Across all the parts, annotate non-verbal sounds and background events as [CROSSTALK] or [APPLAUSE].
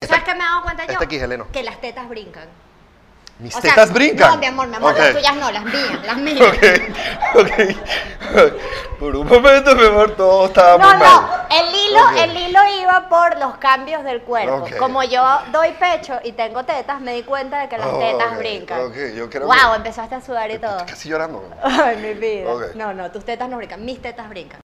que me he dado cuenta yo? Este aquí, Heleno. Que las tetas brincan. Mis O sea, tetas brincan. No, mi amor, mi amor, Ok. las tuyas no, las mías, las mías. [LAUGHS] Ok, ok. Por un momento, mi amor, todo estaba No, muy no, mal. el hilo, Ok. el hilo iba por los cambios del cuerpo. Ok. Como yo doy pecho y tengo tetas, me di cuenta de que las Oh, tetas ok, brincan. ok, yo creo wow, que- empezaste a sudar y todo. Casi llorando. [LAUGHS] Ay, mi vida. Ok. No, no, tus tetas no brincan, mis tetas brincan.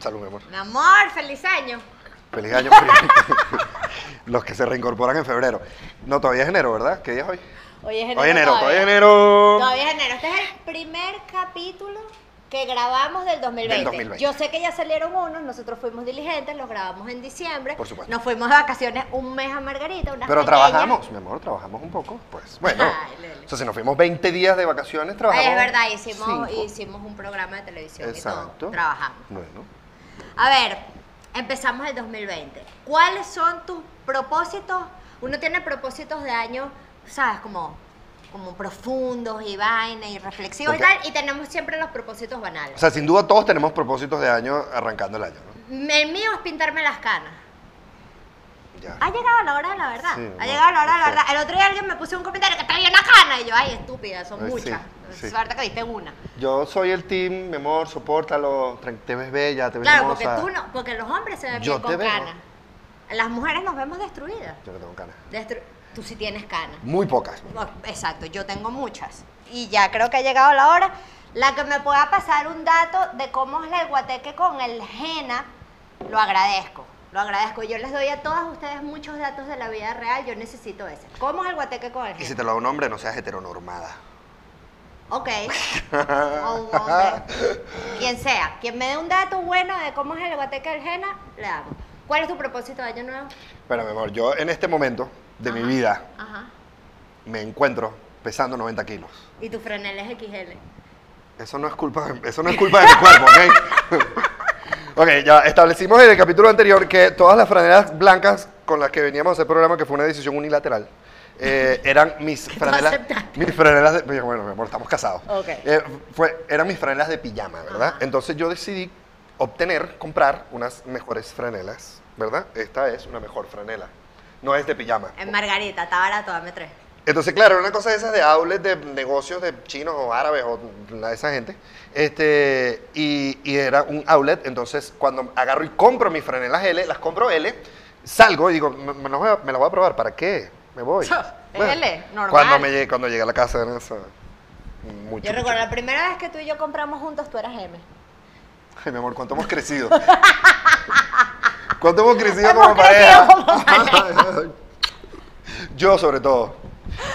Salud, mi amor. Mi amor, feliz año. Feliz [LAUGHS] año. feliz- Los que se reincorporan en febrero. No, todavía es enero, ¿verdad? ¿Qué día es hoy? Hoy es enero. Hoy es enero, todavía. hoy es enero. Todavía es enero. Este es el primer capítulo que grabamos del 2020. Del 2020. Yo sé que ya salieron unos, nosotros fuimos diligentes, los grabamos en diciembre. Por supuesto. Nos fuimos de vacaciones un mes a Margarita, unas Pero pequeñas. trabajamos, mi amor, trabajamos un poco. Pues bueno. Ay, Lele. o sea, si nos fuimos 20 días de vacaciones, Ay, trabajamos. es verdad, hicimos, cinco. hicimos un programa de televisión y Exacto. todo. Trabajamos. Bueno. A ver, empezamos el 2020. ¿Cuáles son tus propósitos? Uno tiene propósitos de año, ¿sabes? Como, como profundos y vaina y reflexivos Ok. y tal. Y tenemos siempre los propósitos banales. O sea, sin duda todos tenemos propósitos de año arrancando el año, ¿no? el mío es pintarme las canas. Ya. Ha llegado la hora de la verdad. Sí, ha no, llegado la hora de la sí. verdad. El otro día alguien me puso un comentario que traía una cana. Y yo, ay, estúpida, son Ay, sí, muchas. sí. Suerte que diste una. Yo soy el team, mi amor, soportalo, tran- te ves bella, te ves Claro, porque hermosa. tú no, porque los hombres se ven Yo bien te con veo. canas. Las mujeres nos vemos destruidas. Yo no tengo canas. Destru- tú sí tienes canas. Muy pocas. Bueno, Exacto, yo tengo muchas. Y ya creo que ha llegado la hora. La que me pueda pasar un dato de cómo es la guateque con el jena, lo agradezco. Lo agradezco. Yo les doy a todas ustedes muchos datos de la vida real. Yo necesito ese. ¿Cómo es el guateque con el Y jena? si te lo da un hombre, no seas heteronormada. Ok. O [LAUGHS] un Oh, hombre. Quien sea. Quien me dé un dato bueno de cómo es el guateque del jena, le hago. ¿Cuál es tu propósito de año nuevo? Bueno, mi amor, yo en este momento de mi Ajá. vida Ajá. me encuentro pesando 90 kilos. Y tu frenel es XL. Eso no es culpa, eso no es culpa de mi cuerpo, ¿ok? [LAUGHS] ok, ya establecimos en el capítulo anterior que todas las franelas blancas con las que veníamos a hacer programa, que fue una decisión unilateral, [LAUGHS] eh, eran mis tú franelas. aceptaste. Mis franelas de. Oye, Bueno, mi amor, estamos casados. Ok. Eh, fue, eran mis franelas de pijama, ¿verdad? Ajá. Entonces yo decidí obtener, comprar unas mejores franelas, ¿verdad? Esta es una mejor franela. No es de pijama. En Margarita, está barato, dame tres. Entonces, claro, era una cosa de esas de outlets de negocios de chinos o árabes o la de esa gente. Este, y, y era un outlet. Entonces, cuando agarro y compro mis franelas L, las compro L, salgo y digo, me, me las voy a- me las voy a probar. ¿Para qué? Me voy. [LAUGHS] L, normal. Cuando, me llegue, cuando llegué a la casa, era eso. Mucho, Yo recuerdo, mucho. la primera vez que tú y yo compramos juntos, tú eras M. Ay, mi amor, ¿cuánto hemos crecido? ¿Cuánto hemos crecido Hemos como crecido pareja? como [LAUGHS] yo, sobre todo.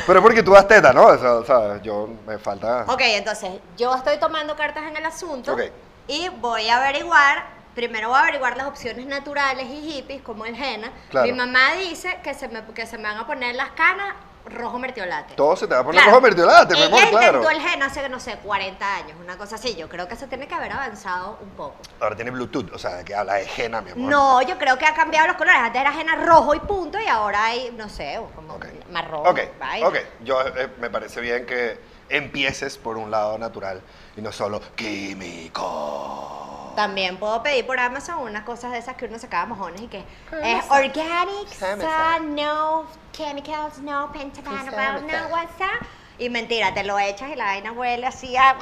Pero es porque tú das teta, ¿no? O sea, o sea, yo me falta. Ok, entonces, yo estoy tomando cartas en el asunto Ah. Ok. y voy a averiguar, primero voy a averiguar las opciones naturales y hippies, como el henna. Claro. Mi mamá dice que se, me, que se me van a poner las canas rojo mertiolate. Todo se te va a poner Claro. rojo mertiolate, mi Ella amor, claro. inventó el henna hace, no sé, 40 años, una cosa así. Yo creo que eso tiene que haber avanzado un poco. Ahora tiene Bluetooth, o sea, que habla de jena, mi amor. No, yo creo que ha cambiado los colores. Antes era henna rojo y punto, y ahora hay, no sé, como Ok. marrón. Ok, vaina. ok. Yo, eh, me parece bien que empieces por un lado natural y no solo químico. También puedo pedir por Amazon unas cosas de esas que uno sacaba mojones y que es Amazon. organic, sa- Amazon. no chemicals, no pentabanoval, no Amazon. WhatsApp. Y mentira, te lo echas y la vaina huele así a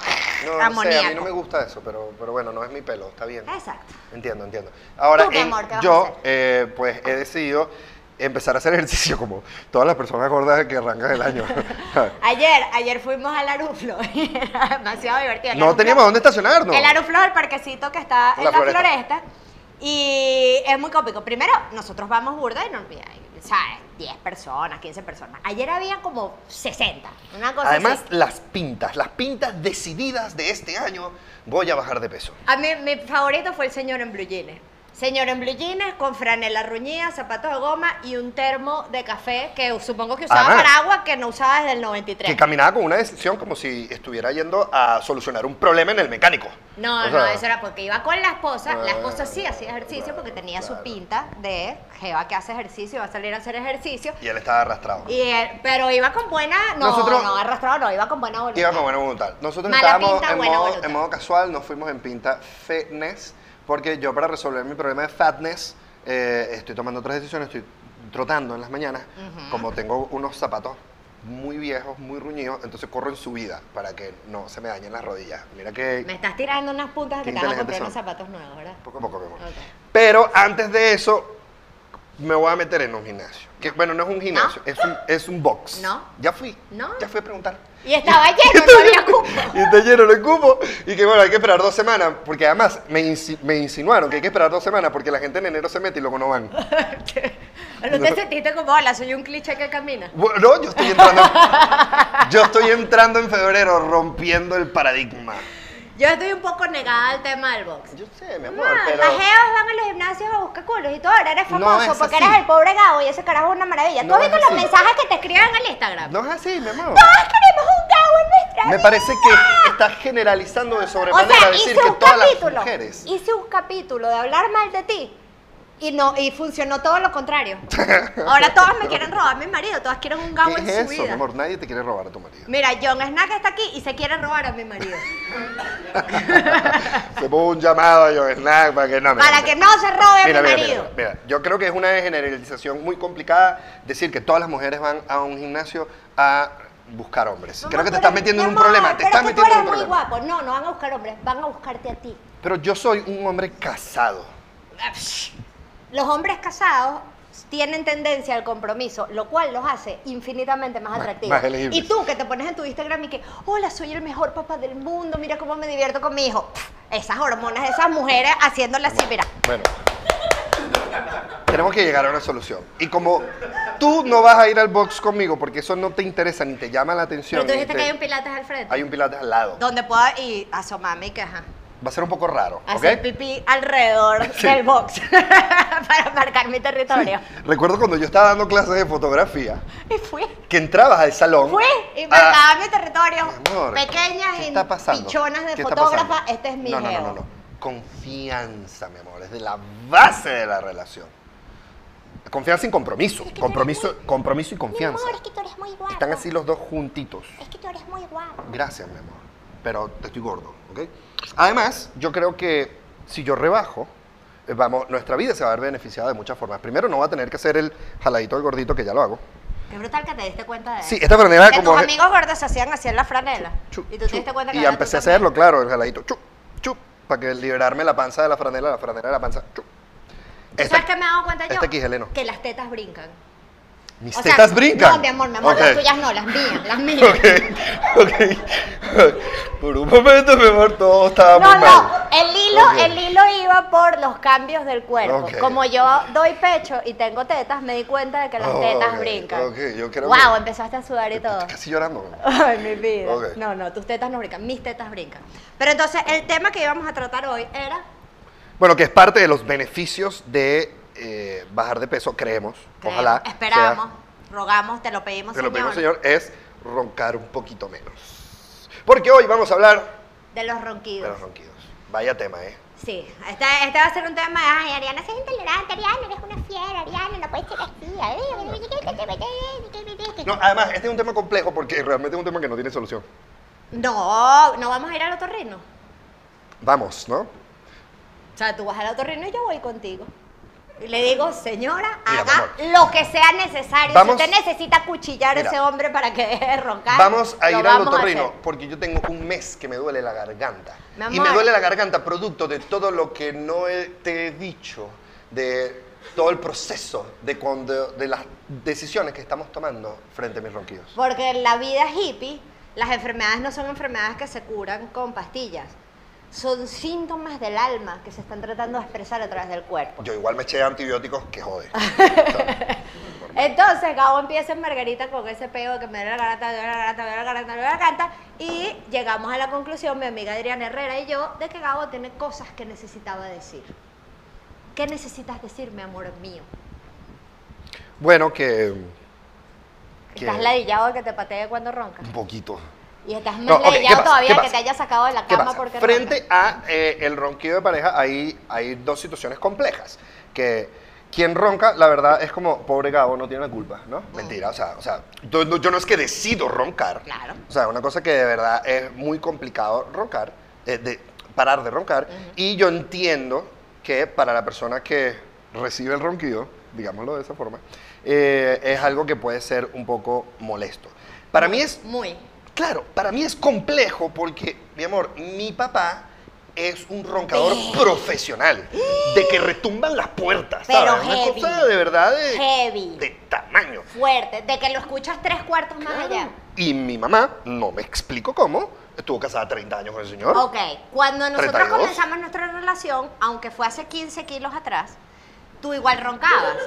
No, a no sé, a mí amoníaco. no me gusta eso, pero, pero bueno, no es mi pelo, está bien. Exacto. Entiendo, entiendo. Ahora, Tú, mi en- amor, ¿qué vas a yo hacer? eh, pues he decidido empezar a hacer ejercicio como todas las personas gordas que arrancan [LAUGHS] el año. Ayer, ayer fuimos al Aruflo [LAUGHS] y era demasiado divertido. El no Aruflo- teníamos dónde estacionarnos. El Aruflo es el parquecito que está en La la Floresta. floresta. Y es muy cómico. Primero, nosotros vamos burda y no y hay, ¿sabes? 10 personas, 15 personas. Ayer había como 60. Una cosa Además, así. las pintas, las pintas decididas de este año, voy a bajar de peso. A mí, mi favorito fue el señor en blue jeans. Señor en blue jeans, con franela ruñida, zapatos de goma y un termo de café que supongo que usaba Ana. para agua que no usaba desde el 93. Que caminaba con una decisión como si estuviera yendo a solucionar un problema en el mecánico. No, no, O sea, eso era porque iba con la esposa. La esposa sí Ah, hacía ejercicio porque tenía su claro. pinta de jeva que hace ejercicio, va a salir a hacer ejercicio. Y él estaba arrastrado. Y él- pero iba con buena. No, Nosotros- no, arrastrado no, iba con buena voluntad. Iba con buena voluntad. Nosotros Mala estábamos pinta, en, buena modo, voluntad. en modo casual, nos fuimos en pinta fitness, porque yo para resolver mi problema de fatness eh, estoy tomando otras decisiones, estoy trotando en las mañanas, Ujú. como tengo unos zapatos muy viejos, muy ruñidos, entonces corro en subida para que no se me dañen las rodillas. Mira que... Me estás tirando unas puntas que Qué te vas a comprar unos inteligentes son. zapatos nuevos, ¿verdad? Poco a poco, mi amor. Ok. Pero antes de eso, me voy a meter en un gimnasio. Que, bueno, no es un gimnasio, es, un, es un box. No. Ya fui. No. Ya fui a preguntar. Y [LAUGHS] estaba lleno, no había cupo. Y está lleno de cupo. Y que bueno, hay que esperar dos semanas. Porque además me, insi- me insinuaron que hay que esperar dos semanas porque la gente en enero se mete y luego no van. ¿No te sentiste como, hola, soy un cliché que camina? Bueno, yo estoy entrando. yo estoy entrando en febrero rompiendo el paradigma. Yo estoy un poco negada al tema del box. Yo sé, mi amor, Mamá, pero. Las jevas van a los gimnasios a buscar culos y todo. Ahora eres No famoso es porque así. eres el pobre Gabo y ese carajo es una maravilla. ¿Tú No has es visto los así. mensajes que te escriben en el Instagram? No es así, mi amor. Todas queremos un Gabo en nuestra Me vida. parece que estás generalizando de O sobremanera sea, decir hice que un todas las capítulo. mujeres. Hice un capítulo de hablar mal de ti. Y no, y funcionó todo lo [LAUGHS] contrario. Ahora todas me quieren robar a mi marido, todas quieren un Gabo ¿Qué en es su eso, mi vida. amor? Nadie te quiere robar a tu marido. Mira, John Snack está aquí y se quiere robar a mi [LAUGHS] marido. Se puso un llamado a John Snack para que no me. para que no se robe a mi Mira, mira, marido. mira, mira, yo creo que es una generalización muy complicada decir que todas las mujeres van a un gimnasio a buscar hombres. Mamá, creo tú que te estás eres- metiendo en un mi amor, problema, te pero estás es que metiendo en un tú eres muy problema. guapo. No, no van a buscar hombres, van a buscarte a ti. Pero yo soy un hombre casado. Ah, Los hombres casados tienen tendencia al compromiso, lo cual los hace infinitamente más Más- atractivos. más elegibles. y tú que te pones en tu Instagram y que, hola, soy el mejor papá del mundo, mira cómo me divierto con mi hijo. Pff, Esas hormonas de esas mujeres haciéndole así, mira. Bueno. Tenemos que llegar a una solución. Y como tú no vas a ir al box conmigo porque eso no te interesa ni te llama la atención. Pero tú ni dijiste te- que hay un pilates al frente. hay un pilates al lado. Donde pueda y asomarme y que, ajá, Va a ser un poco raro, hacer ¿ok? pipí alrededor [LAUGHS] Sí. del box [LAUGHS] para marcar mi territorio. Recuerdo cuando yo estaba dando clases de fotografía, Y fui. que entrabas al salón. Fui y a- marcaba mi territorio. Mi amor, Pequeñas ¿qué y está pasando? pichonas de ¿Qué está fotógrafa. pasando? Este es mi no, no, no, geo. no, no. Confianza, mi amor, es de la base de la relación. Confianza y compromiso. que tú compromiso, compromiso y Mi confianza. amor, es que tú eres muy guapo. Están así los dos juntitos. Es que tú eres muy guapo. Gracias, mi amor. Pero te estoy gordo, ¿ok? Además, yo creo que si yo rebajo, eh, vamos, nuestra vida se va a ver beneficiada de muchas formas. Primero, no va a tener que ser el jaladito del gordito, que ya lo hago. Qué brutal que te diste cuenta de eso. Sí, esta franela que como... tus amigos gordos se hacían así en la franela. Chu, y tú te chu. diste cuenta que Y ahora tú empecé a también. hacerlo, claro, el jaladito. Chup, chup, para que liberarme la panza de la franela, la franela de la panza. Chup. ¿Tú Esta- ¿Sabes qué me he dado cuenta yo? esta Este- aquí, Heleno. Que las tetas brincan. Mis O sea, tetas brincan. No, mi amor, mi amor, Ok, las tuyas no, las mías, las mías. [LAUGHS] Ok, ok. [LAUGHS] Por un momento, mi amor, todo estaba No, muy mal. no, el hilo, Ok. el hilo iba por los cambios del cuerpo. Ok. Como yo doy pecho y tengo tetas, me di cuenta de que las Oh, tetas ok, brincan. ok, yo creo wow, que- empezaste a sudar y Estoy todo. Casi llorando. Ay, mi vida. Ok. No, no, tus tetas no brincan, mis tetas brincan. Pero entonces el tema que íbamos a tratar hoy era Bueno, que es parte de los beneficios de eh, bajar de peso, creemos. Creo, ojalá. Esperamos, sea- rogamos, te lo pedimos, Te lo señor, pedimos, señor, es roncar un poquito menos. Porque hoy vamos a hablar de los de ronquidos. los ronquidos. Vaya tema, ¿eh? Sí, este, este va a ser un tema de, ay, Ariana, seas intolerante, Ariana, eres una fiera, Ariana, no puedes ser así. ay, No, además, este es un tema complejo porque realmente es un tema que no tiene solución. No, no vamos a ir al otorrino. Vamos, ¿no? O sea, tú vas al otorrino y yo voy contigo. Y le digo, señora, Mira, haga lo que sea necesario. Vamos- si usted necesita cuchillar a Mira. ese hombre para que [LAUGHS] deje de roncar, Vamos a lo ir al vamos otorrino hacer. porque yo tengo un mes que me duele la garganta. Mi Y me amor. duele la garganta producto de todo lo que no he- te he dicho, de todo el proceso, de, cuando, de las decisiones que estamos tomando frente a mis ronquidos. Porque en la vida hippie, las enfermedades no son enfermedades que se curan con pastillas. Son síntomas del alma que se están tratando de expresar a través del cuerpo. Yo igual me eché antibióticos que [LAUGHS] jode. Entonces, Gabo empieza en Margarita con ese peo de que me duele la garganta, me duele la garganta, me duele la garganta, me duele la garganta. Y llegamos a la conclusión, mi amiga Adriana Herrera y yo, de que Gabo tiene cosas que necesitaba decir. ¿Qué necesitas decirme, amor mío? Bueno, que ¿Qué? ¿Estás ladillado de que te patee cuando roncas? un poquito. Y estás más No, ok, ¿qué ladillado pasa? todavía ¿Qué que pasa? te hayas sacado de la ¿Qué cama pasa? porque Frente a eh, el ronquido de pareja hay, hay dos situaciones complejas. Que quien ronca, la verdad, es como, pobre Gabo, no tiene la culpa, ¿no? Mm. Mentira, o sea, o sea yo, no- yo no es que decido roncar. Claro. O sea, una cosa que de verdad es muy complicado roncar, eh, de parar de roncar. Y yo entiendo que para la persona que recibe el ronquido, digámoslo de esa forma, eh, es algo que puede ser un poco molesto. Mm. Para mí es Muy. Claro, para mí es complejo porque, mi amor, mi papá es un roncador profesional, de que retumban las puertas, Pero ¿sabes? Una heavy. cosa de verdad de, Heavy. de tamaño. Fuerte. De que lo escuchas tres cuartos más Claro. allá. Y mi mamá, no me explico cómo, estuvo casada 30 años con el señor. Ok, cuando nosotros 32. comenzamos nuestra relación, aunque fue hace 15 kilos atrás, tú igual [LAUGHS] roncabas.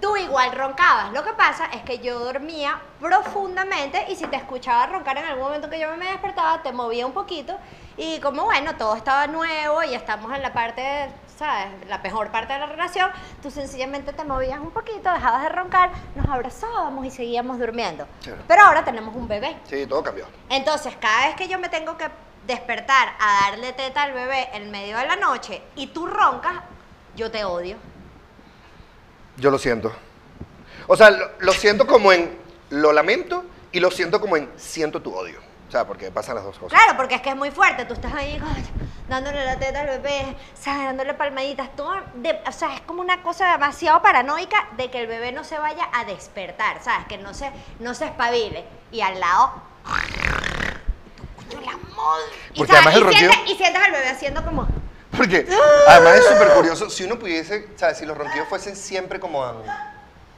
tú igual roncabas. Lo que pasa es que yo dormía profundamente y si te escuchaba roncar en algún momento que yo me despertaba, te movía un poquito y como bueno, todo estaba nuevo y estamos en la parte, ¿sabes? La mejor parte de la relación, tú sencillamente te movías un poquito, dejabas de roncar, nos abrazábamos y seguíamos durmiendo. Claro. Pero ahora tenemos un bebé. Sí, todo cambió. Entonces, cada vez que yo me tengo que despertar a darle teta al bebé en medio de la noche y tú roncas, yo te odio. Yo lo siento. O sea, lo, lo siento como en lo lamento y lo siento como en siento tu odio. O sea, porque pasan las dos cosas. Claro, porque es que es muy fuerte. Tú estás ahí coño, dándole la teta al bebé, ¿sabes? dándole palmaditas. Todo de- o sea, es como una cosa demasiado paranoica de que el bebé no se vaya a despertar, ¿sabes? Que no se, no se espabile. Y al lado... Yo la madre. Y, Porque ¿sabes? además el y, ronquido- sientes, y sientes al bebé haciendo como... Porque Ah. además es súper curioso, si uno pudiese, ¿sabes? Si los ronquidos fuesen siempre como um,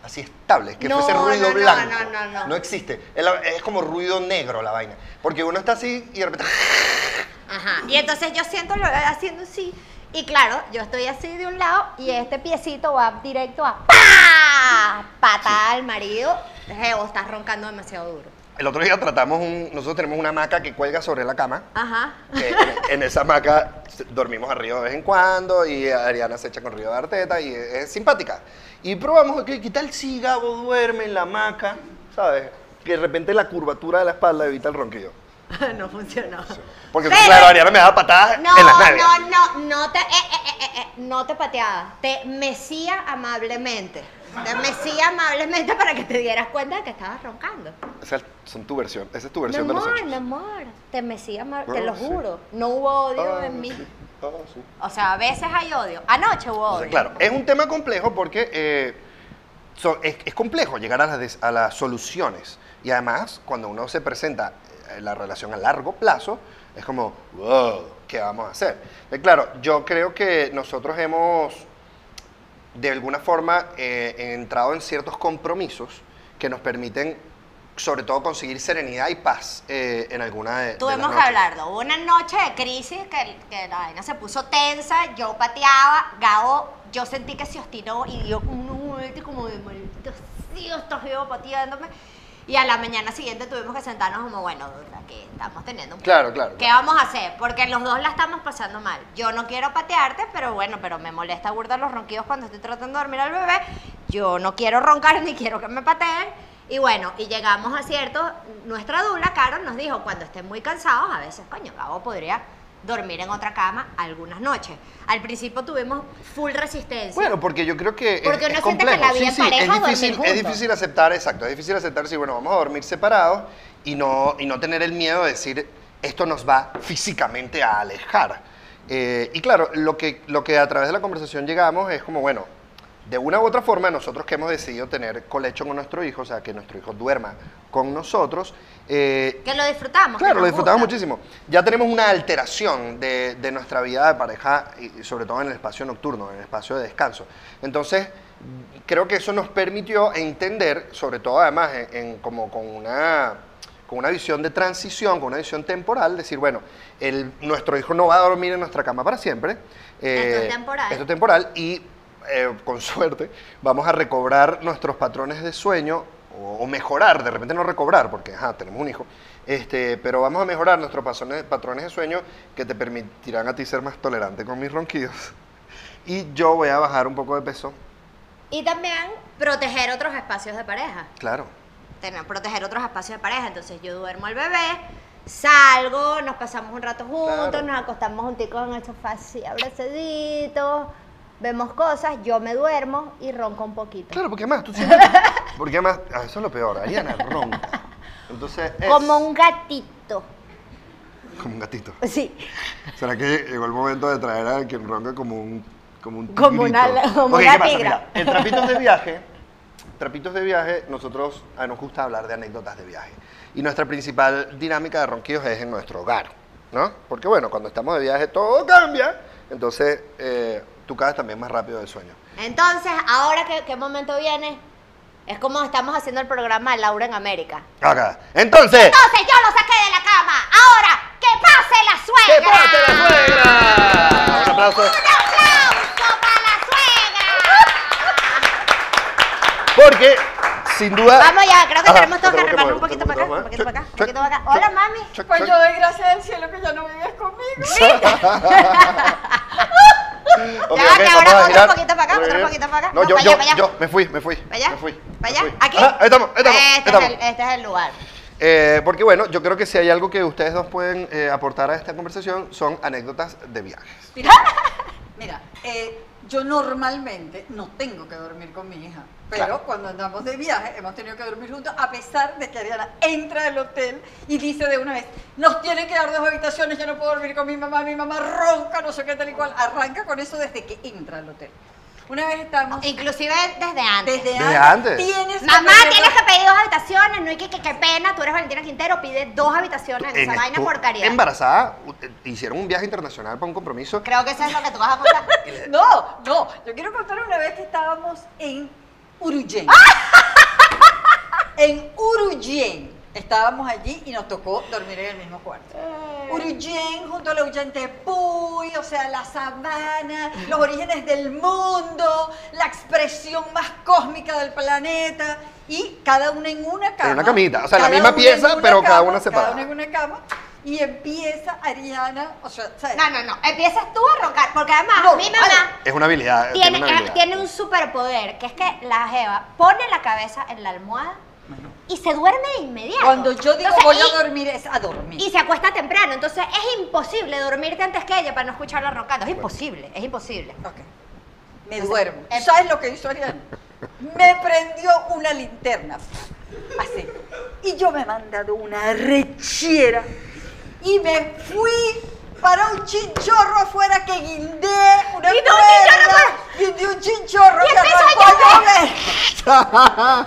así estables, que No, fuese no, ruido no, blanco. no, no, no. existe. Es, la- es como ruido negro la vaina. Porque uno está así y de repente. [LAUGHS] Ajá. Y entonces yo siento lo haciendo así. Y claro, yo estoy así de un lado y este piecito va directo a ¡pa! Patada al marido. Geo, estás roncando demasiado duro. El otro día tratamos un. Nosotros tenemos una hamaca que cuelga sobre la cama. Ajá. [LAUGHS] que en, en esa hamaca se- dormimos arriba de vez en cuando y Ariana se echa con Río de Arteta y es, es simpática. Y probamos, ¿qué, qué tal si Gabo duerme en la hamaca? ¿Sabes? Que de repente la curvatura de la espalda evita el ronquido. no funcionó. Porque Pero- claro, Ariana me daba patadas No, en las nalgas. no, no, no te, eh, eh, eh, eh, eh, no te pateaba. Te mecía amablemente. Te mecía amablemente para que te dieras cuenta de que estabas roncando. Esa es- son tu versión, esa es tu Mi versión de los amor, hechos. mi amor. Te mecía amablemente, te Bueno, lo sí. juro. No hubo odio Ah, en mí. sí. Ah, sí. O sea, a veces hay odio. Anoche hubo O sea, odio. claro, es un tema complejo porque eh, so- es, es complejo llegar a las, des- a las soluciones. Y además, cuando uno se presenta eh, la relación a largo plazo, es como, wow, ¿qué vamos a hacer? Eh, claro, yo creo que nosotros hemos, de alguna forma, eh, entrado en ciertos compromisos que nos permiten, sobre todo, conseguir serenidad y paz eh, en alguna de, de las Tuvimos que noches. hablarlo. Hubo una noche de crisis que, que la vaina se puso tensa, yo pateaba, Gabo, yo sentí que se obstinó y dio como un vuelta como de maldito sí, estos vivos pateándome. Y a la mañana siguiente tuvimos que sentarnos como, bueno, duda, que estamos teniendo un Claro, claro. ¿Qué vamos a hacer? Porque los dos la estamos pasando mal. Yo no quiero patearte, pero bueno, pero me molesta burda los ronquidos cuando estoy tratando de dormir al bebé. Yo no quiero roncar ni quiero que me pateen. Y bueno, y llegamos a cierto, nuestra dula, Caro, nos dijo, cuando estén muy cansados, a veces, coño, Gabo podría dormir en otra cama algunas noches. Al principio tuvimos full resistencia. Bueno, porque yo creo que es- Porque es, uno siente que complejo. la vida en sí, sí, pareja es dormir difícil, juntos. es difícil aceptar, exacto, es difícil aceptar si bueno, vamos a dormir separados y no y no tener el miedo de decir esto nos va físicamente a alejar. Eh, y claro, lo que lo que a través de la conversación llegamos es como bueno, de una u otra forma nosotros que hemos decidido tener colecho con nuestro hijo, o sea, que nuestro hijo duerma con nosotros, eh, que lo disfrutamos. que Claro, nos lo disfrutamos gusta. muchísimo. Ya tenemos una alteración de, de nuestra vida de pareja, y y sobre todo en el espacio nocturno, en el espacio de descanso. Entonces, creo que eso nos permitió entender, sobre todo además, en, en como con una, con una visión de transición, con una visión temporal, decir, bueno, el, nuestro hijo no va a dormir en nuestra cama para siempre. Esto es temporal. esto es eh, [LAUGHS] temporal y eh, con suerte vamos a recobrar nuestros patrones de sueño o, o mejorar, de repente no recobrar, porque ajá, tenemos un hijo, este, pero vamos a mejorar nuestros patrones, patrones de sueño que te permitirán a ti ser más tolerante con mis ronquidos. Y yo voy a bajar un poco de peso, Y también proteger otros espacios de pareja. claro. tener- proteger otros espacios de pareja. Entonces yo duermo al bebé, salgo, nos pasamos un rato juntos, Claro. nos acostamos junticos en el sofá así, abrazaditos, vemos cosas, yo me duermo y ronco un poquito. Claro, porque además [LAUGHS] tú siempre... porque además, ah, eso es lo peor, Ariana ronca. Entonces es... Como un gatito. [LAUGHS] Como un gatito. Sí, ¿Será que llegó el momento de traer a quien ronca como un como un Como una- tigrito? como Ok, una ¿qué pasa? tigra. Mira, en trapitos de viaje, trapitos de viaje, nosotros ah, nos gusta hablar de anécdotas de viaje. Y nuestra principal dinámica de ronquidos es en nuestro hogar, ¿no? Porque bueno, cuando estamos de viaje todo cambia, entonces eh, tú caes también más rápido del sueño. entonces ahora que qué momento viene, es como estamos haciendo el programa de Laura en América. Acá. Entonces, Entonces yo lo saqué de la cama, ahora que pase la ¡que suegra. pase la suegra! Un aplauso. ¡Un aplauso para la suegra! Porque sin duda Vamos ya, creo que Ajá, tenemos todos que tenemos arreglarnos un mover, poquito para acá, tenemos un poquito para acá, un poquito para acá. mover. Hola, mami. Chuck, Pues chuck. yo doy gracias al cielo que ya no vives conmigo. Ok, Ya, ok, que vamos ahora a otro girar. poquito para acá, Muy otro bien. poquito para acá. No, No, yo, para yo, allá, para allá. yo, me fui, me fui. ¿Para allá? Me fui, ¿Para allá? me fui. ¿Aquí? Ajá, ahí estamos, ahí estamos. ahí Este, estamos. Es el, este es el lugar. Eh, porque bueno, yo creo que si hay algo que ustedes dos pueden eh, aportar a esta conversación son anécdotas de viajes. Mira, [LAUGHS] mira, eh, yo normalmente no tengo que dormir con mi hija, pero Claro. cuando andamos de viaje hemos tenido que dormir juntos, a pesar de que Ariana entra del hotel y dice de una vez, nos tienen que dar dos habitaciones, yo no puedo dormir con mi mamá, mi mamá ronca, no sé qué tal y cual, arranca con eso desde que entra al hotel. Una vez estamos... Inclusive desde antes. Desde, Desde antes. Tienes que Mamá, aprender- tienes que pedir dos habitaciones, no hay que, que, qué pena, tú eres Valentina Quintero, pide dos habitaciones en esa En vaina estu- porcaría. Embarazada, u- eh, hicieron un viaje internacional para un compromiso. Creo que eso es lo que tú vas a [LAUGHS] contar. No, no, yo quiero contar una vez que estábamos en Uruguay. en Uruguay. Estábamos allí y nos tocó dormir en el mismo cuarto. Uruguay junto a la Puy, o sea, la sabana, los orígenes del mundo, la expresión más cósmica del planeta y cada una en una cama. una camita, o sea, la Cada misma una en pieza, una pero cada cama, una separada. Cada una en una cama y empieza Ariana, o sea, ¿sabes? No, no, no. Empiezas tú a roncar, porque además No, mi no, mamá Es una habilidad. eh, tiene, una eh, habilidad. tiene un superpoder, que es que la Jeva pone la cabeza en la almohada y se duerme de inmediato. Cuando yo digo Entonces, voy y- a dormir es a dormir. Y se acuesta temprano, entonces es imposible dormirte antes que ella para no escucharla roncando. Es imposible, es imposible. Ok. Me duermo. eh, ¿Sabes lo que hizo Ariana? Me prendió una linterna. Así. Y yo me he mandado una rechiera. Y me fui para un chinchorro afuera que guindé una Guindó un cuerda, chinchorro afuera. Guindé un chinchorro Y que empezó a arrancó a llover. llover.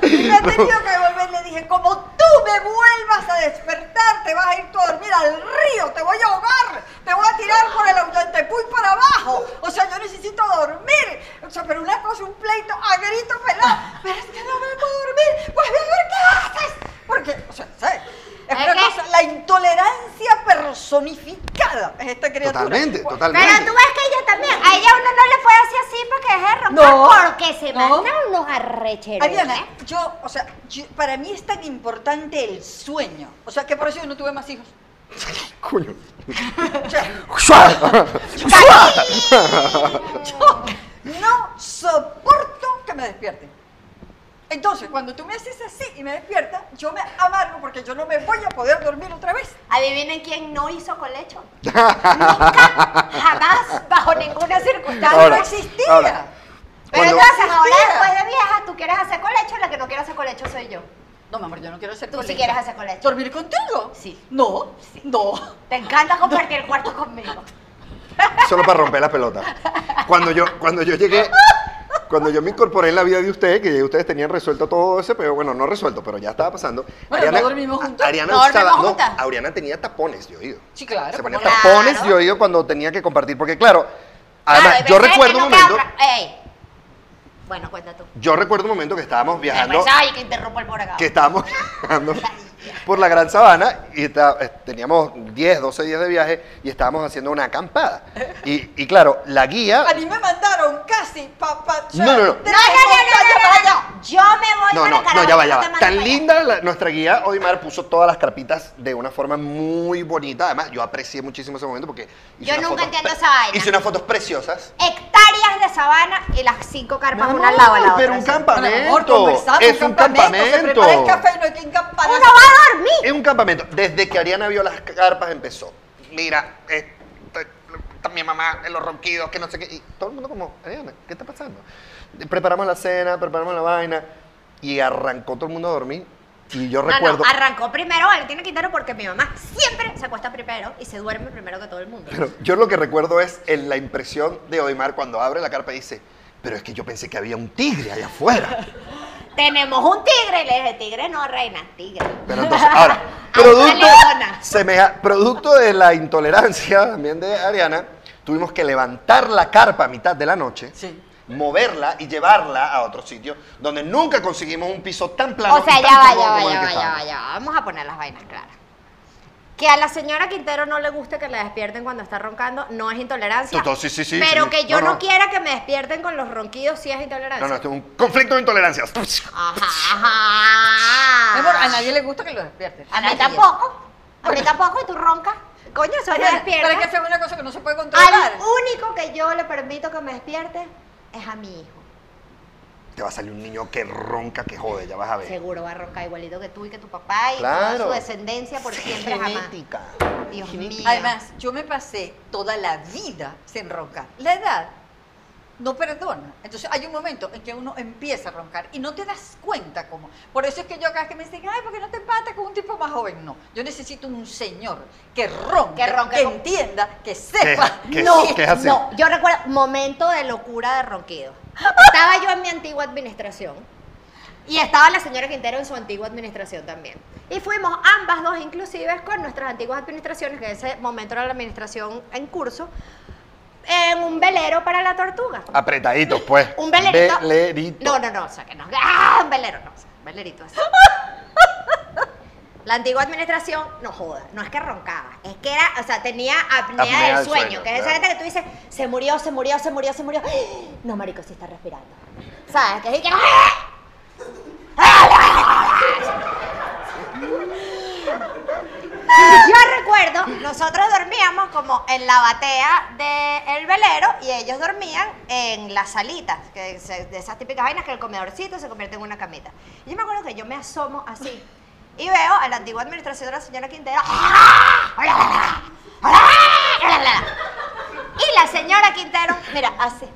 Y me he tenido que volver. Le dije, como tú me vuelvas a despertar, te vas a ir tú a dormir al río, te voy a ahogar, te voy a tirar por el Ollantepuy para abajo. O sea, yo necesito dormir. O sea, pero una cosa, un pleito a grito pelado. Pero es que no me puedo dormir. Pues ver qué haces. Porque, o sea, ¿sabes? Es Es una que- cosa, la intolerancia personificada es esta criatura. Totalmente, Bueno, totalmente. Pero tú ves que ella también, a ella uno no le puede hacer así porque es de roncar, No, porque se no. mandan unos arrecheros. Ariana, ¿eh? yo, o sea, yo- para mí es tan importante el sueño. O sea, que por eso yo no tuve más hijos. Coño. O sea, yo no soporto que me despierten. Entonces, cuando tú me haces así y me despiertas, yo me amargo porque yo no me voy a poder dormir otra vez. Adivinen quién no hizo [LAUGHS] colecho. Nunca, jamás, bajo ninguna circunstancia. Ahora, no existía. Pero cuando- entonces, ahora Existía. después de vieja, tú quieres hacer colecho, la que no quiere hacer colecho soy yo. No, mi amor, yo no quiero hacer Tú sí colecho. quieres hacer colecho. ¿Dormir contigo? Sí. No, Sí. no. Te encanta compartir el cuarto conmigo. solo para romper la pelota. Cuando yo, cuando yo llegué, cuando yo me incorporé en la vida de ustedes, que ya ustedes tenían resuelto todo ese, pero bueno, no resuelto, pero ya estaba pasando. Bueno, no dormimos juntas. Ariana, No dormimos estaba- no, juntas. Ariana tenía tapones de oído. Sí, claro. Se como ponía la- tapones de oído cuando tenía que compartir, porque claro, además, Claro, y yo pensé recuerdo que un no queda momento, otra- Ey. Bueno, cuenta tú. yo recuerdo un momento que estábamos viajando, Ay, que interrumpo el por acá. que estábamos [LAUGHS] viajando por la Gran Sabana y está- eh, teníamos 10, 12 días de viaje y estábamos haciendo una acampada. Y, y claro, la guía A mí me mandaron casi papá. No, no, no. No, no, no, no, no, no, no. Yo me voy No, para no, Caracas, no, ya va, ya tú te va. mandas Tan para allá. linda la- nuestra guía, Odimar puso todas las carpitas de una forma muy bonita. Además, yo aprecié muchísimo ese momento porque. hice Yo unas nunca fotos entiendo pre- esa vaina. Hice unas fotos preciosas. Hectáreas de sabana y las cinco carpas Mi una al amor, lado de la otra. pero un así. campamento. Mi amor, conversamos, es un Se campamento. prepara el café y no hay que encampar. Uno va a dormir. Es un campamento. Desde que Ariana vio las carpas empezó. Mira, eh, t- t- mi mamá, eh, los ronquidos, que no sé qué. Y todo el mundo como, Ariana, ¿qué está pasando? Eh, Preparamos la cena, preparamos la vaina. Y arrancó todo el mundo a dormir. Y yo No, recuerdo. no, arrancó primero Valentina Quintero porque mi mamá siempre se acuesta primero y se duerme primero que todo el mundo. Pero yo lo que recuerdo es en la impresión de Oimar cuando abre la carpa y dice, pero es que yo pensé que había un tigre allá afuera. Tenemos un tigre y le dije, tigre no, reina, tigre. Pero entonces, [LAUGHS] ahora, Ah, Una producto, leona. semeja- producto de la intolerancia también de Ariana, tuvimos que levantar la carpa a mitad de la noche, Sí. moverla y llevarla a otro sitio donde nunca conseguimos un piso tan plano. O sea, y tan ya va, ya cómodo va, como el ya que va, ya estábamos. va, ya va. Vamos a poner las vainas claras. Que a la señora Quintero no le guste que la despierten cuando está roncando, no es intolerancia. Total, sí, sí, sí, Pero sí. que yo No, no, no. quiera que me despierten con los ronquidos, sí es intolerancia. No, no, esto es un conflicto de intolerancias. Ajá, ajá. Mi amor, a nadie le gusta que lo despierten. A mí tampoco. A mí tampoco y tú roncas. Coño, eso no Pero pero es que despierta. eso es una cosa que no se puede controlar. Al único que yo le permito que me despierte es a mi hijo. Te va a salir un niño que ronca, que jode, ya vas a ver. Seguro va a roncar igualito que tú y que tu papá y Claro. toda su descendencia por siempre jamás. Genética. Dios mío. Además, yo me pasé toda la vida sin roncar. La edad no perdona. Entonces hay un momento en que uno empieza a roncar y no te das cuenta cómo. Por eso es que yo acá que me dicen, ay, ¿por qué no te empatas con un tipo más joven? No, yo necesito un señor que ronque, Que que, ronque con- entienda, [LAUGHS] que sepa. Que- que- no, que- es así. No, yo recuerdo momento de locura de ronquido. [LAUGHS] Estaba yo en mi antigua administración y estaba la señora Quintero en su antigua administración también. Y fuimos ambas dos inclusive con nuestras antiguas administraciones, que en ese momento era la administración en curso, en un velero para la tortuga. Apretaditos, pues. Un velerito. Velerito. No, no, no, o sea, que no. ¡Ah! Un velero, no, o sea, un velerito así. La antigua administración, no joda, no es que roncaba, es que era, o sea, tenía apnea, Apnea del del sueño, sueño, que es esa claro. gente que tú dices, se murió, se murió, se murió, se murió. [GASPS] No, marico, sí está respirando. ¿Sabes? Que ¡ah! es que... Yo recuerdo, nosotros dormíamos como en la batea del velero y ellos dormían en las salitas, que se- de esas típicas vainas que el comedorcito se convierte en una camita. Y yo me acuerdo que yo me asomo así y veo a la antigua administración de la señora Quintero. Y la señora Quintero, mira, así.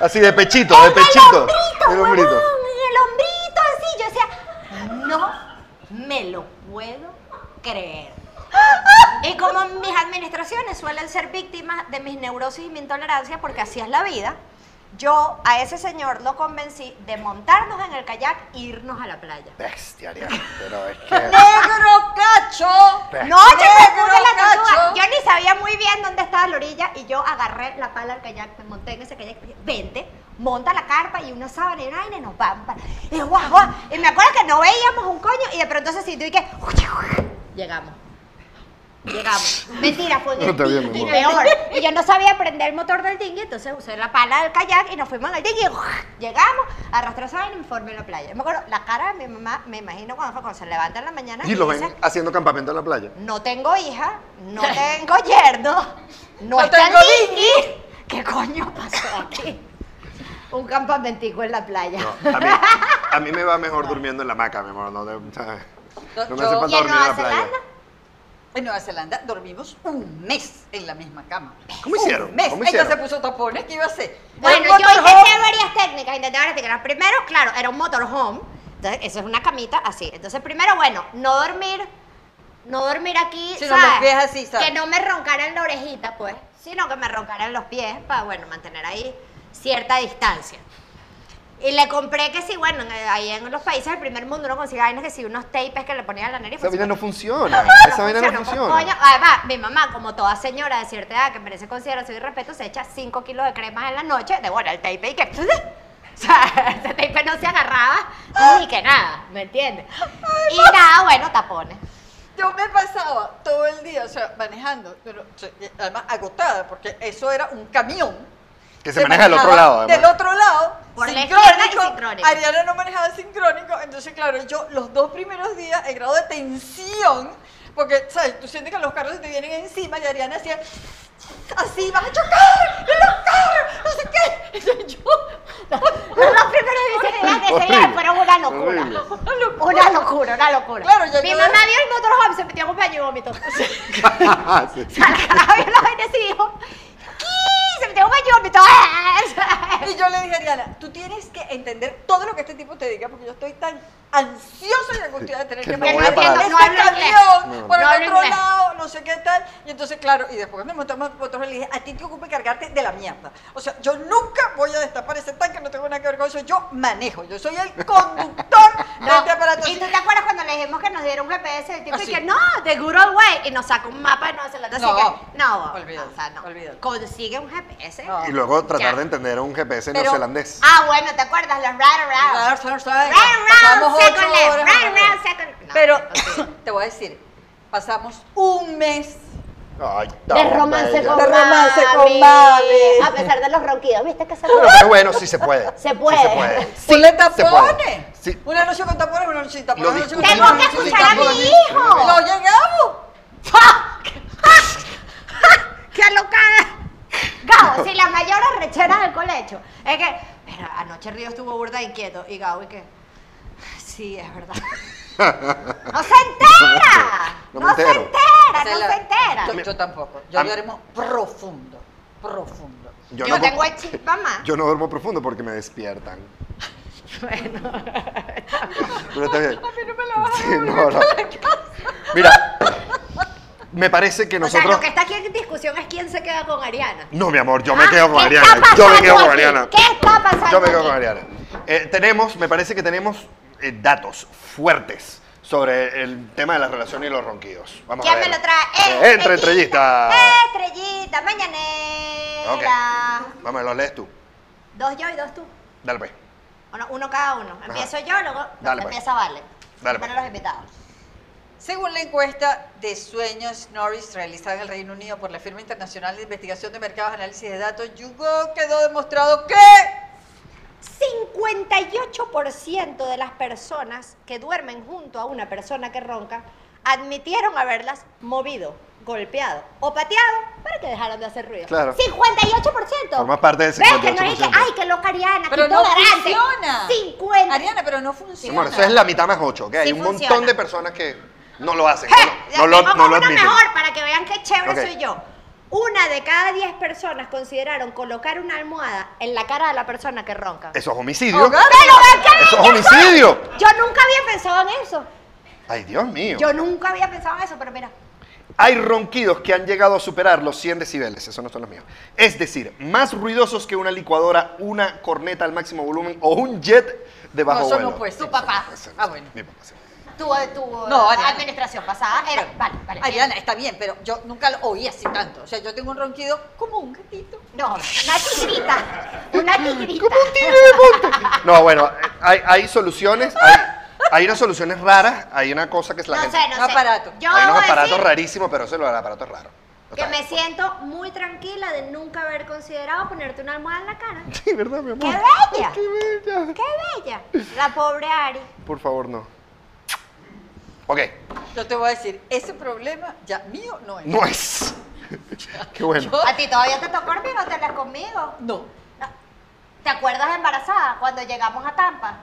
Así de pechito, de El pechito. hombrito, El hombrito. huevón, el hombrito así. Yo decía, no me lo puedo creer. Y como mis administraciones suelen ser víctimas de mis neurosis y mi intolerancia, porque así es la vida, yo a ese señor lo convencí de montarnos en el kayak e irnos a la playa. Bestia, Ariana, Pero es que. ¡Negro cacho! Pe- No, yo me puse Negro, la tortuga. cacho. Yo ni sabía muy bien dónde estaba la orilla y yo agarré la pala al kayak, me monté en ese kayak, y dije, vente, monta la carpa y una sábana y una vaina y nos vamos para... Y, yo, guau, guau. y me acuerdo que no veíamos un coño y de pronto se sintió y que... Llegamos. Llegamos. Mentira, fue en el No te vi, mi dinghy, amor. peor. Y yo no sabía prender el motor del dinghy, entonces usé la pala del kayak y nos fuimos en el dinghy. Llegamos, arrastró esa vaina y me formé en la playa. Me acuerdo, la cara de mi mamá, me imagino cuando, fue, cuando se levanta en la mañana Y lo dice, ven haciendo campamento en la playa. no tengo hija, no tengo yerno, no, [LAUGHS] No está el tengo dinghy. ¿Qué coño pasó aquí? Un campamentico en la playa. [LAUGHS] No, a mí, a mí me va mejor durmiendo en la hamaca, mi amor. No, te- o sea, no me hace Yo- falta ¿Y en dormir en Nueva la playa. Zelanda? En Nueva Zelanda dormimos un mes en la misma cama. ¿Cómo hicieron? Un mes. ¿Cómo Ella hicieron? se puso tapones, ¿qué iba a hacer? Bueno, Un yo intenté motorhome. varias técnicas, intenté varias técnicas. Primero, claro, era un motorhome, entonces eso es una camita así. Entonces, primero, bueno, no dormir, no dormir aquí, Sino ¿sabes? los pies así, ¿sabes? Que no me roncaran la orejita, pues, sino que me roncaran los pies para, bueno, mantener ahí cierta distancia. Y le compré que sí, bueno, en- ahí en los países del primer mundo uno consigue vainas que sí, unos tapes que le ponían a la nariz. pues, Esa vaina no funciona. Esa vaina no Coño, funciona. además, mi mamá, como toda señora de cierta edad que merece consideración y respeto, se echa 5 kilos de crema en la noche, de bueno, el tape y que... [LAUGHS] O sea, ese tape no se agarraba ni que nada, ¿me entiendes? Y nada, bueno, tapones. Yo me pasaba todo el día, o sea, manejando, pero o sea, y además agotada, porque eso era un camión. Que se maneja del otro manejaba lado, además. Del otro lado, Por la izquierda y sincrónico. sincrónico. Ariana no manejaba sincrónico, entonces claro, yo los dos primeros días, el grado de tensión, porque, ¿sabes? Tú sientes que los carros se te vienen encima y Ariana hacía, así, vas a chocar, en los carros, no sé qué. [LAUGHS] Y yo, [LAUGHS] Los primeros días de la tercera Horrible. fueron una locura. Horrible. una locura. Una locura, una locura. Claro, yo- Mi yo- mamá vio el motorhome, se metió con baño y [LAUGHS] vomitó. [LAUGHS] Sí. O sea, la cara vio la vaina y se dijo, ¿qué? Se metió con baño y vomitó. [LAUGHS] Y yo le dije, Ariana, tú tienes que entender todo lo que este tipo te diga, porque yo estoy tan ansiosa y angustiada de tener Que que no voy a manejar parar. este No hablo inglés. camión, No. por el No hablo otro inglés. lado, no sé qué tal. Y entonces, claro, y después cuando montamos otro, le dije, a ti te ocupa cargarte de la mierda. O sea, yo nunca voy a destapar ese tanque, no tengo nada que ver con eso, yo manejo, yo soy el conductor de [LAUGHS] No. este aparato. ¿Y tú te acuerdas cuando le dijimos que nos dieron un GPS del tipo Ah, y sí. que no, the good old way? Y nos sacó un mapa de Nueva Zelanda. No. así que, no, Olvídalo, o sea, no. olvídalo. Consigue un GPS. No. Y luego tratar Ya. de entender un GPS Pero- neozelandés. Ah, bueno, ¿te acuerdas? Los right around. Claro, claro, claro. Right around, Pasamos second ocho left, horas right hablando. around, second- No, Pero, ok. [CLEARS THROAT] te voy a decir, pasamos un mes Ay, ah, De tan romance bella. con De mami. romance con mami. A pesar de los ronquidos, ¿viste que se [LAUGHS] Pero, ronca? pero bueno, sí se puede. Se Sí puede. se puede. Ponle se puede. tapones. Sí. Una noche con tapones, una noche sin tapones. Lo una noche con Tengo discutimos. tapones, que una noche sin escuchar a mi tapones. hijo. ¡No llegamos! ¡Qué alocada! Gabo, si las mayores recheras del colegio. Es que, pero anoche Río estuvo burda inquieto. Y Gabo, ¿y qué? Sí, es verdad. ¡No se entera! No ¡No, me se entero. entera! Esa es ¡No la- se entera! Yo, yo tampoco. Yo Am- lloremos profundo. Profundo. Yo, no- tengo el chip, mamá. [LAUGHS] Yo no duermo profundo porque me [LAUGHS] despiertan. Bueno. Pero está bien. A mí no me la vas a Sí, devolver [LAUGHS] no, no. para la casa. Mira, me parece que O sea, nosotros. lo que está aquí en discusión es quién se queda con Ariana. No, mi amor, yo me Ah, quedo con ¿qué Ariana. está Yo me quedo pasando con aquí? Ariana. ¿Qué está pasando Yo me quedo aquí? con Ariana. Eh, tenemos, me parece que tenemos eh, datos fuertes sobre el tema de las relaciones y los ronquidos. Vamos a ¿Quién ver. me lo trae? Eh, Entre entrevista. Estrellita, mañanera. Ok. Vamos, lo lees tú. Dos yo y dos tú. Dale, pues. Uno, uno cada uno. Empiezo yo, luego Dale, pues. empieza Vale. Dale, Primero pues. los invitados. Según la encuesta de sueños Norris realizada en el Reino Unido por la firma internacional de investigación de mercados, análisis de datos, YouGov quedó demostrado que 58% de las personas que duermen junto a una persona que ronca admitieron haberlas movido, golpeado o pateado para que dejaran de hacer ruido. Claro. 58%. Forma parte del ¿Ves que no es que, 58%. ay, que loca Ariana, Pero que no tolerante. funciona. 50. Ariana, pero no Mi funciona. amor, eso es la mitad más ocho, ¿ok? Hay Sí un funciona. montón de personas que no [LAUGHS] lo hacen. ¡Eh! No, lo- Les tengo no lo, no lo uno admiten. mejor para que vean qué chévere Ok. soy yo. Una de cada diez personas consideraron colocar una almohada en la cara de la persona que ronca. Eso es homicidio. Ahogar- ¡Pero ven qué Eso es bello soy! homicidio. Yo nunca había pensado en eso. Ay, Dios mío. Yo nunca había pensado en eso, pero mira. Hay ronquidos que han llegado a superar los 100 decibeles, esos no son los míos. Es decir, más ruidosos que una licuadora, una corneta al máximo volumen o un jet de bajo No, eso vuelo. no puede ser. Tu papá. Ese- Ah, bueno. Mi papá, sí. Tu, tu No, Ariana. administración pasada era. Vale, vale. Ariana, está bien, pero yo nunca lo oí así tanto. O sea, yo tengo un ronquido como un gatito. No, una tigrita. Una tigrita. No, bueno, eh, hay, hay soluciones, hay, hay unas soluciones raras, hay una cosa que es la No gente... sé, no sé. Un aparato. Yo hay unos voy a aparatos decir rarísimos, pero eso es lo del aparato es raro. O que sea, me siento muy tranquila de nunca haber considerado ponerte una almohada en la cara. [LAUGHS] Sí, ¿verdad, mi amor? ¡Qué bella! ¡Qué bella! ¡Qué bella! La pobre Ari. Por favor, no. Ok, Yo te voy a decir, ese problema ya mío no es. [LAUGHS] no es. Qué bueno. ¿A ti todavía te tocó dormir o te las conmigo? No. ¿Te acuerdas de embarazada cuando llegamos a Tampa?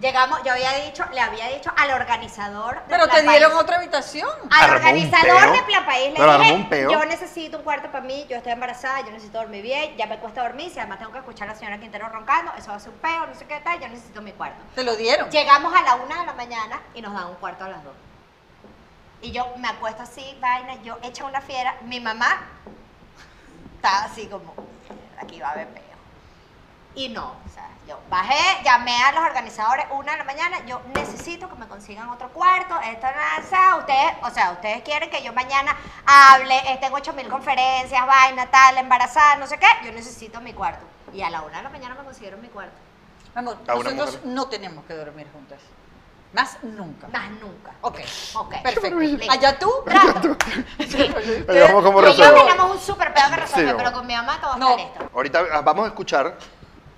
Llegamos, yo había dicho, le había dicho al organizador de Pero Plan te dieron País. Ah. otra habitación. Al Armó un organizador peo. de Plan País le Pero dije, armó un peo. yo necesito un cuarto para mí, yo estoy embarazada, yo necesito dormir bien, ya me cuesta dormir, si además tengo que escuchar a la señora Quintero roncando, eso va a ser un peo, no sé qué tal, yo necesito mi cuarto. Te lo dieron. Llegamos a la una de la mañana y nos dan un cuarto a las dos. Y yo me acuesto así, vaina, yo hecha una fiera. Mi mamá está así como, aquí va a haber peo. Y no, o sea, yo bajé, llamé a los organizadores una de la mañana, yo necesito que me consigan otro cuarto, esto nada, o sea, ustedes, o sea, ustedes quieren que yo mañana hable, eh, tengo 8000 conferencias, vaina, tal, embarazada, no sé qué, yo necesito mi cuarto. Y a la una de la mañana me consiguieron mi cuarto, Mi Amor, A una nosotros mujer. no tenemos que dormir juntas. Más nunca. más nunca. Ok. Ok. Perfecto. Listo. Allá tú. [LAUGHS] Trato. Pero vamos como Tú y yo resolver. tenemos un súper pedo que resolver, Sí, vamos. pero con mi mamá todo No. está listo. Ahorita ah, vamos a escuchar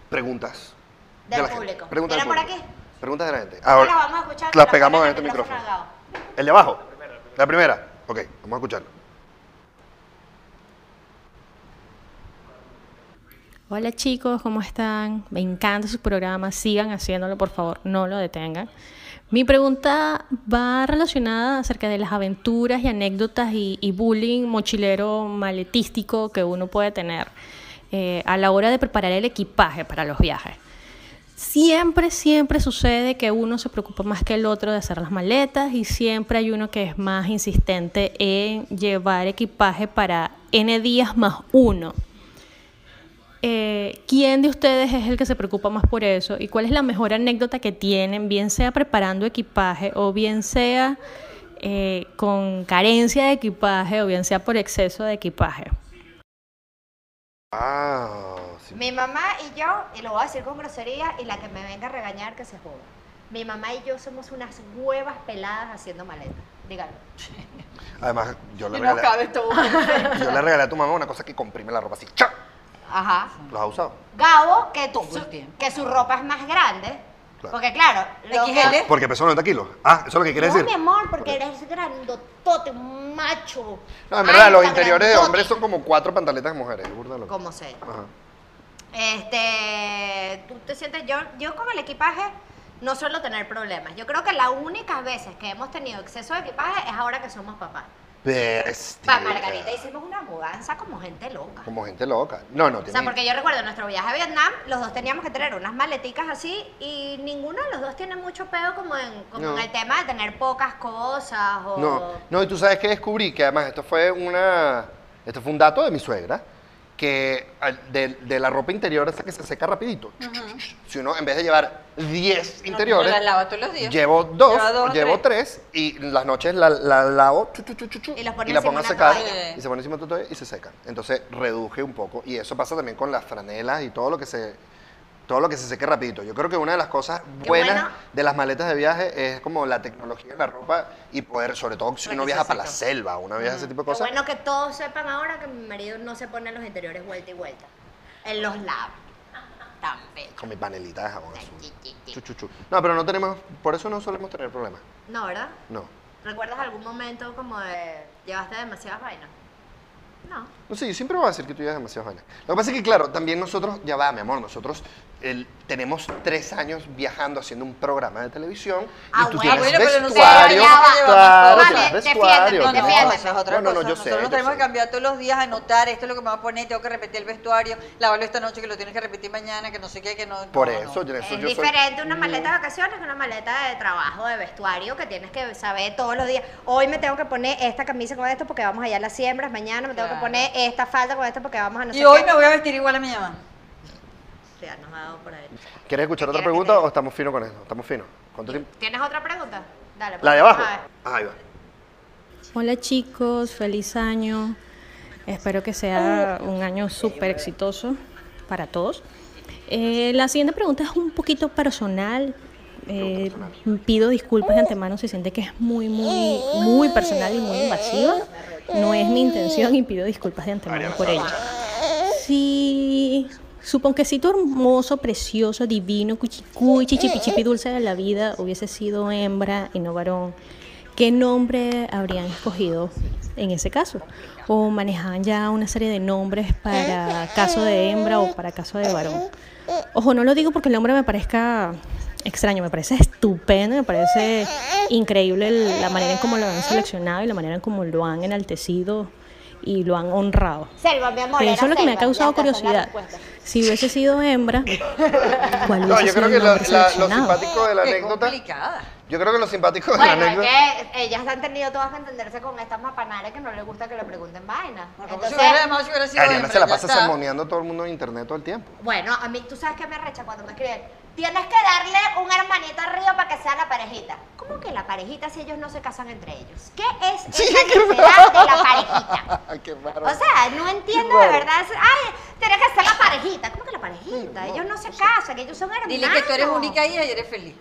preguntas de Del la gente. público. Preguntas del ¿Vienen por público. aquí? Preguntas de la gente. Ahora Ahora, las vamos a escuchar. que las las pegamos en ponen este el micrófono. apagado. ¿El de abajo? La primera. Ok, vamos a escucharlo. Hola chicos, ¿cómo están? Me encanta su programa, sigan haciéndolo, por favor, no lo detengan. Mi pregunta va relacionada acerca de las aventuras y anécdotas y, y bullying mochilero maletístico que uno puede tener eh, a la hora de preparar el equipaje para los viajes. Siempre, siempre sucede que uno se preocupa más que el otro de hacer las maletas y siempre hay uno que es más insistente en llevar equipaje para N días más uno. Eh, ¿Quién de ustedes es el que se preocupa más por eso? ¿Y cuál es la mejor anécdota que tienen, bien sea preparando equipaje o bien sea eh, con carencia de equipaje o bien sea por exceso de equipaje? Ah, sí. Mi mamá y yo, y lo voy a decir con grosería, y la que me venga a regañar que se joda. Mi mamá y yo somos unas huevas peladas haciendo maletas. Dígalo. Además, yo [LAUGHS] le, Y no regalé, cabe todo. yo le regalé a tu mamá una cosa que comprime la ropa así. ¡Chao! Ajá. ¿Los has usado? Gabo, que, Todo el su, tiempo. que su ropa es más grande. Claro. Porque claro, lo XL. que- Porque pesó 90 kilos. Ah, ¿eso es lo que quieres No, decir? mi amor, porque eres grandotote, un macho. No, en verdad, alto, los interiores de grandote. hombres son como cuatro pantaletas de mujeres. es burda loco. Como sé. Ajá. Este, tú te sientes, yo, yo con el equipaje no suelo tener problemas. Yo creo que las únicas veces que hemos tenido exceso de equipaje es ahora que somos papás. Bestia. Para Margarita hicimos una mudanza como gente loca. Como gente loca. No, no, O tiene. sea, porque yo recuerdo nuestro viaje a Vietnam, los dos teníamos que tener unas maleticas así y ninguno de los dos tiene mucho pedo como en, como No. en el tema de tener pocas cosas o... No, no, y tú sabes que descubrí que además esto fue una. Esto fue un dato de mi suegra. Que al- de, de la ropa interior esa que se seca rapidito. Mm. Si uno, en vez de llevar 10 interiores, las lavas todos los días. ¿eh? llevo dos, Lleva dos o llevo tres. y las noches la, la lavo chu, chu, chu, chu, chu, Y las pone encima la pongo a una secar. toalla. Y se pone encima de tu toalla y se seca. Entonces reduje un poco. Y eso pasa también con las franelas y todo lo que se. Todo lo que se seque rapidito. Yo creo que una de las cosas Qué buenas bueno. de las maletas de viaje es como la tecnología de la ropa y poder, sobre todo si Lo uno que viaja se para la seca. selva, una viaja ese tipo de Lo cosas. bueno que todos sepan ahora que mi marido no se pone los interiores vuelta y vuelta. Él los lava. Tan bello. Con mi panelita de jabón azul. Ay, chi, chi, chi. Chu, chu, chu. No, pero no tenemos, por eso no solemos tener problemas. No, ¿verdad? No. ¿Recuerdas algún momento como de llevaste demasiadas vainas? No. No sé, yo siempre voy a decir que tú llevas demasiadas vainas. Lo que pasa es que, claro, también nosotros, ya va, mi amor, nosotros el- tenemos tres años viajando haciendo un programa de televisión Ah, y tú bueno. tienes Ah, bueno, pero nosotros vestuario, ya va, ya va. claro, Vale, tienes defiéndeme, vestuario, No, no, Defiéndeme. esa es otra No, no, no, cosa. yo sé, Nosotros yo tenemos sé. que cambiar todos los días, anotar esto es lo que me va a poner, tengo que repetir el vestuario, lavarlo esta noche, que lo tienes que repetir mañana, que no sé qué, que no. Por no, eso, no. yo- eso es yo soy- Mm. diferente una maleta de vacaciones que una maleta de trabajo, de vestuario, que tienes que saber todos los días. Hoy me tengo que poner esta camisa con esto porque vamos allá a las siembras. Mañana me tengo que Claro. poner esta falda con esto porque vamos a no sé Y hoy qué. me voy a vestir igual a mi mamá. Ya, nos ha dado por ahí. ¿Quieres escuchar otra Quiero que pregunta te- o estamos finos con eso? Estamos finos. ¿Cuánto tiempo? ¿Tienes otra pregunta? Dale. pues, La de abajo. a ver. Ah, ahí va. Hola chicos, feliz año. Espero que sea un año súper exitoso para todos. Eh, la siguiente pregunta es un poquito personal. Eh, pido disculpas de antemano si siente que es muy, muy, muy personal y muy invasiva. No es mi intención y pido disculpas de antemano por ello. Si su ponquecito hermoso, precioso, divino, cuchicuy, chichipichipi, dulce de la vida hubiese sido hembra y no varón, ¿qué nombre habrían escogido en ese caso? ¿O manejaban ya una serie de nombres para caso de hembra o para caso de varón? Ojo, no lo digo porque el nombre me parezca extraño, me parece estupendo, me parece increíble el- la manera en cómo lo han seleccionado y la manera en cómo lo han enaltecido y lo han honrado. Selva, mi amor. Pero era eso es lo que me ha selva. Ya causado está, son las curiosidad. respuestas. Si hubiese [LAUGHS] sido hembra, ¿cuál hubiese No, yo sido creo el que lo, nombre la- lo seleccionado? simpático de la Qué anécdota. complicada. Yo creo que lo simpático de Bueno, [LAUGHS] la es anécdota. que ellas han tenido todas que entenderse con estas mapanares que no les gusta que le pregunten vainas. No, como si Entonces, hubiera además, si hubiera sido Ariana hembra, se la ya pasa está. sermoneando a todo el mundo en internet todo el tiempo. bueno, a mí tú sabes que me recha cuando me escriben. Tienes que darle un hermanito arriba para que sea la parejita. ¿Cómo que la parejita si ellos no se casan entre ellos? ¿Qué es Sí, esa [LAUGHS] qué necesidad de la parejita? Qué bárbaro. O sea, no entiendo de Claro. verdad. eso- Ay, tienes que ser la parejita. ¿Cómo que la parejita? Ellos no se casan, ellos son hermanos. Dile que tú eres única hija y eres feliz.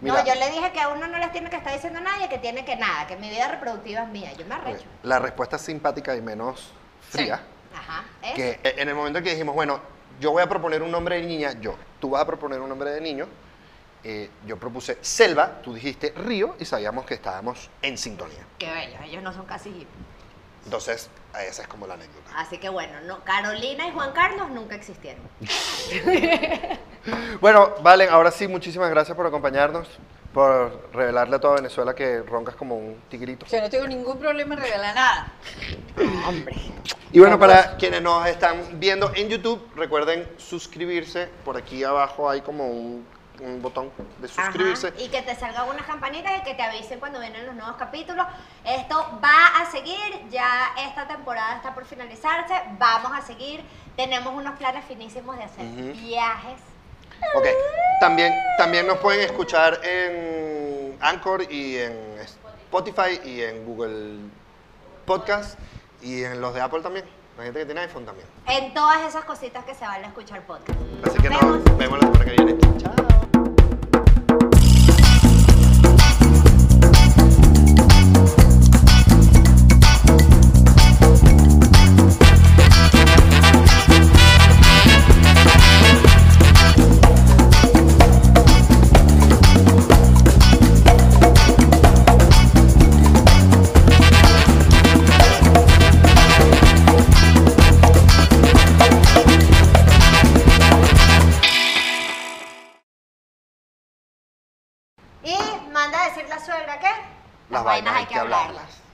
Mira. eh, No, yo le dije que a uno no les tiene que estar diciendo a nadie que tiene que nada, que mi vida reproductiva es mía. Yo me Ok, arrecho. La respuesta es simpática y menos fría. Ajá. ¿eh? Que eh, en el momento en que dijimos, bueno, Yo voy a proponer un nombre de niña, yo. Tú vas a proponer un nombre de niño. Eh, yo propuse selva, tú dijiste río y sabíamos que estábamos en sintonía. Qué bello, ellos no son casi hippies. Entonces, esa es como la anécdota. Así que bueno, no, Carolina y Juan Carlos nunca existieron. Bueno, Valen, ahora sí, muchísimas gracias por acompañarnos, por revelarle a toda Venezuela que roncas como un tigrito. Yo no tengo ningún problema en revelar nada. Y bueno, para quienes nos están viendo en YouTube, recuerden suscribirse. Por aquí abajo hay como un, un botón de Ajá, suscribirse. Y que te salgan unas campanitas y que te avisen cuando vienen los nuevos capítulos. Esto va a seguir, ya esta temporada está por finalizarse, vamos a seguir. Tenemos unos planes finísimos de hacer Ujú. viajes. Ok, también, también nos pueden escuchar en Anchor y en Spotify y en Google Podcast y en los de Apple también. La gente que tiene iPhone también. En todas esas cositas que se van a escuchar podcast. Así que Nos nos vemos. vemos la semana que viene. Chao. Y manda a decir la suegra que Las vainas hay que hablarlas.